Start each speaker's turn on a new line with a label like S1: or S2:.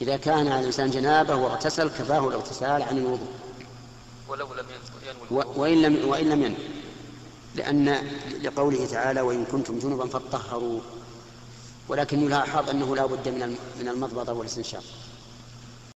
S1: إذا كان على الإنسان جنابة واغتسل كفاه الاغتسال عن الوضوء
S2: ولو لم ينوي الوضوء.
S1: و- وإن لم وإن لم ينم لأن لقوله تعالى وإن كنتم جنبا فطهروا ولكن يلاحظ أنه لا بد من الم- من المضمضة والاستنشاق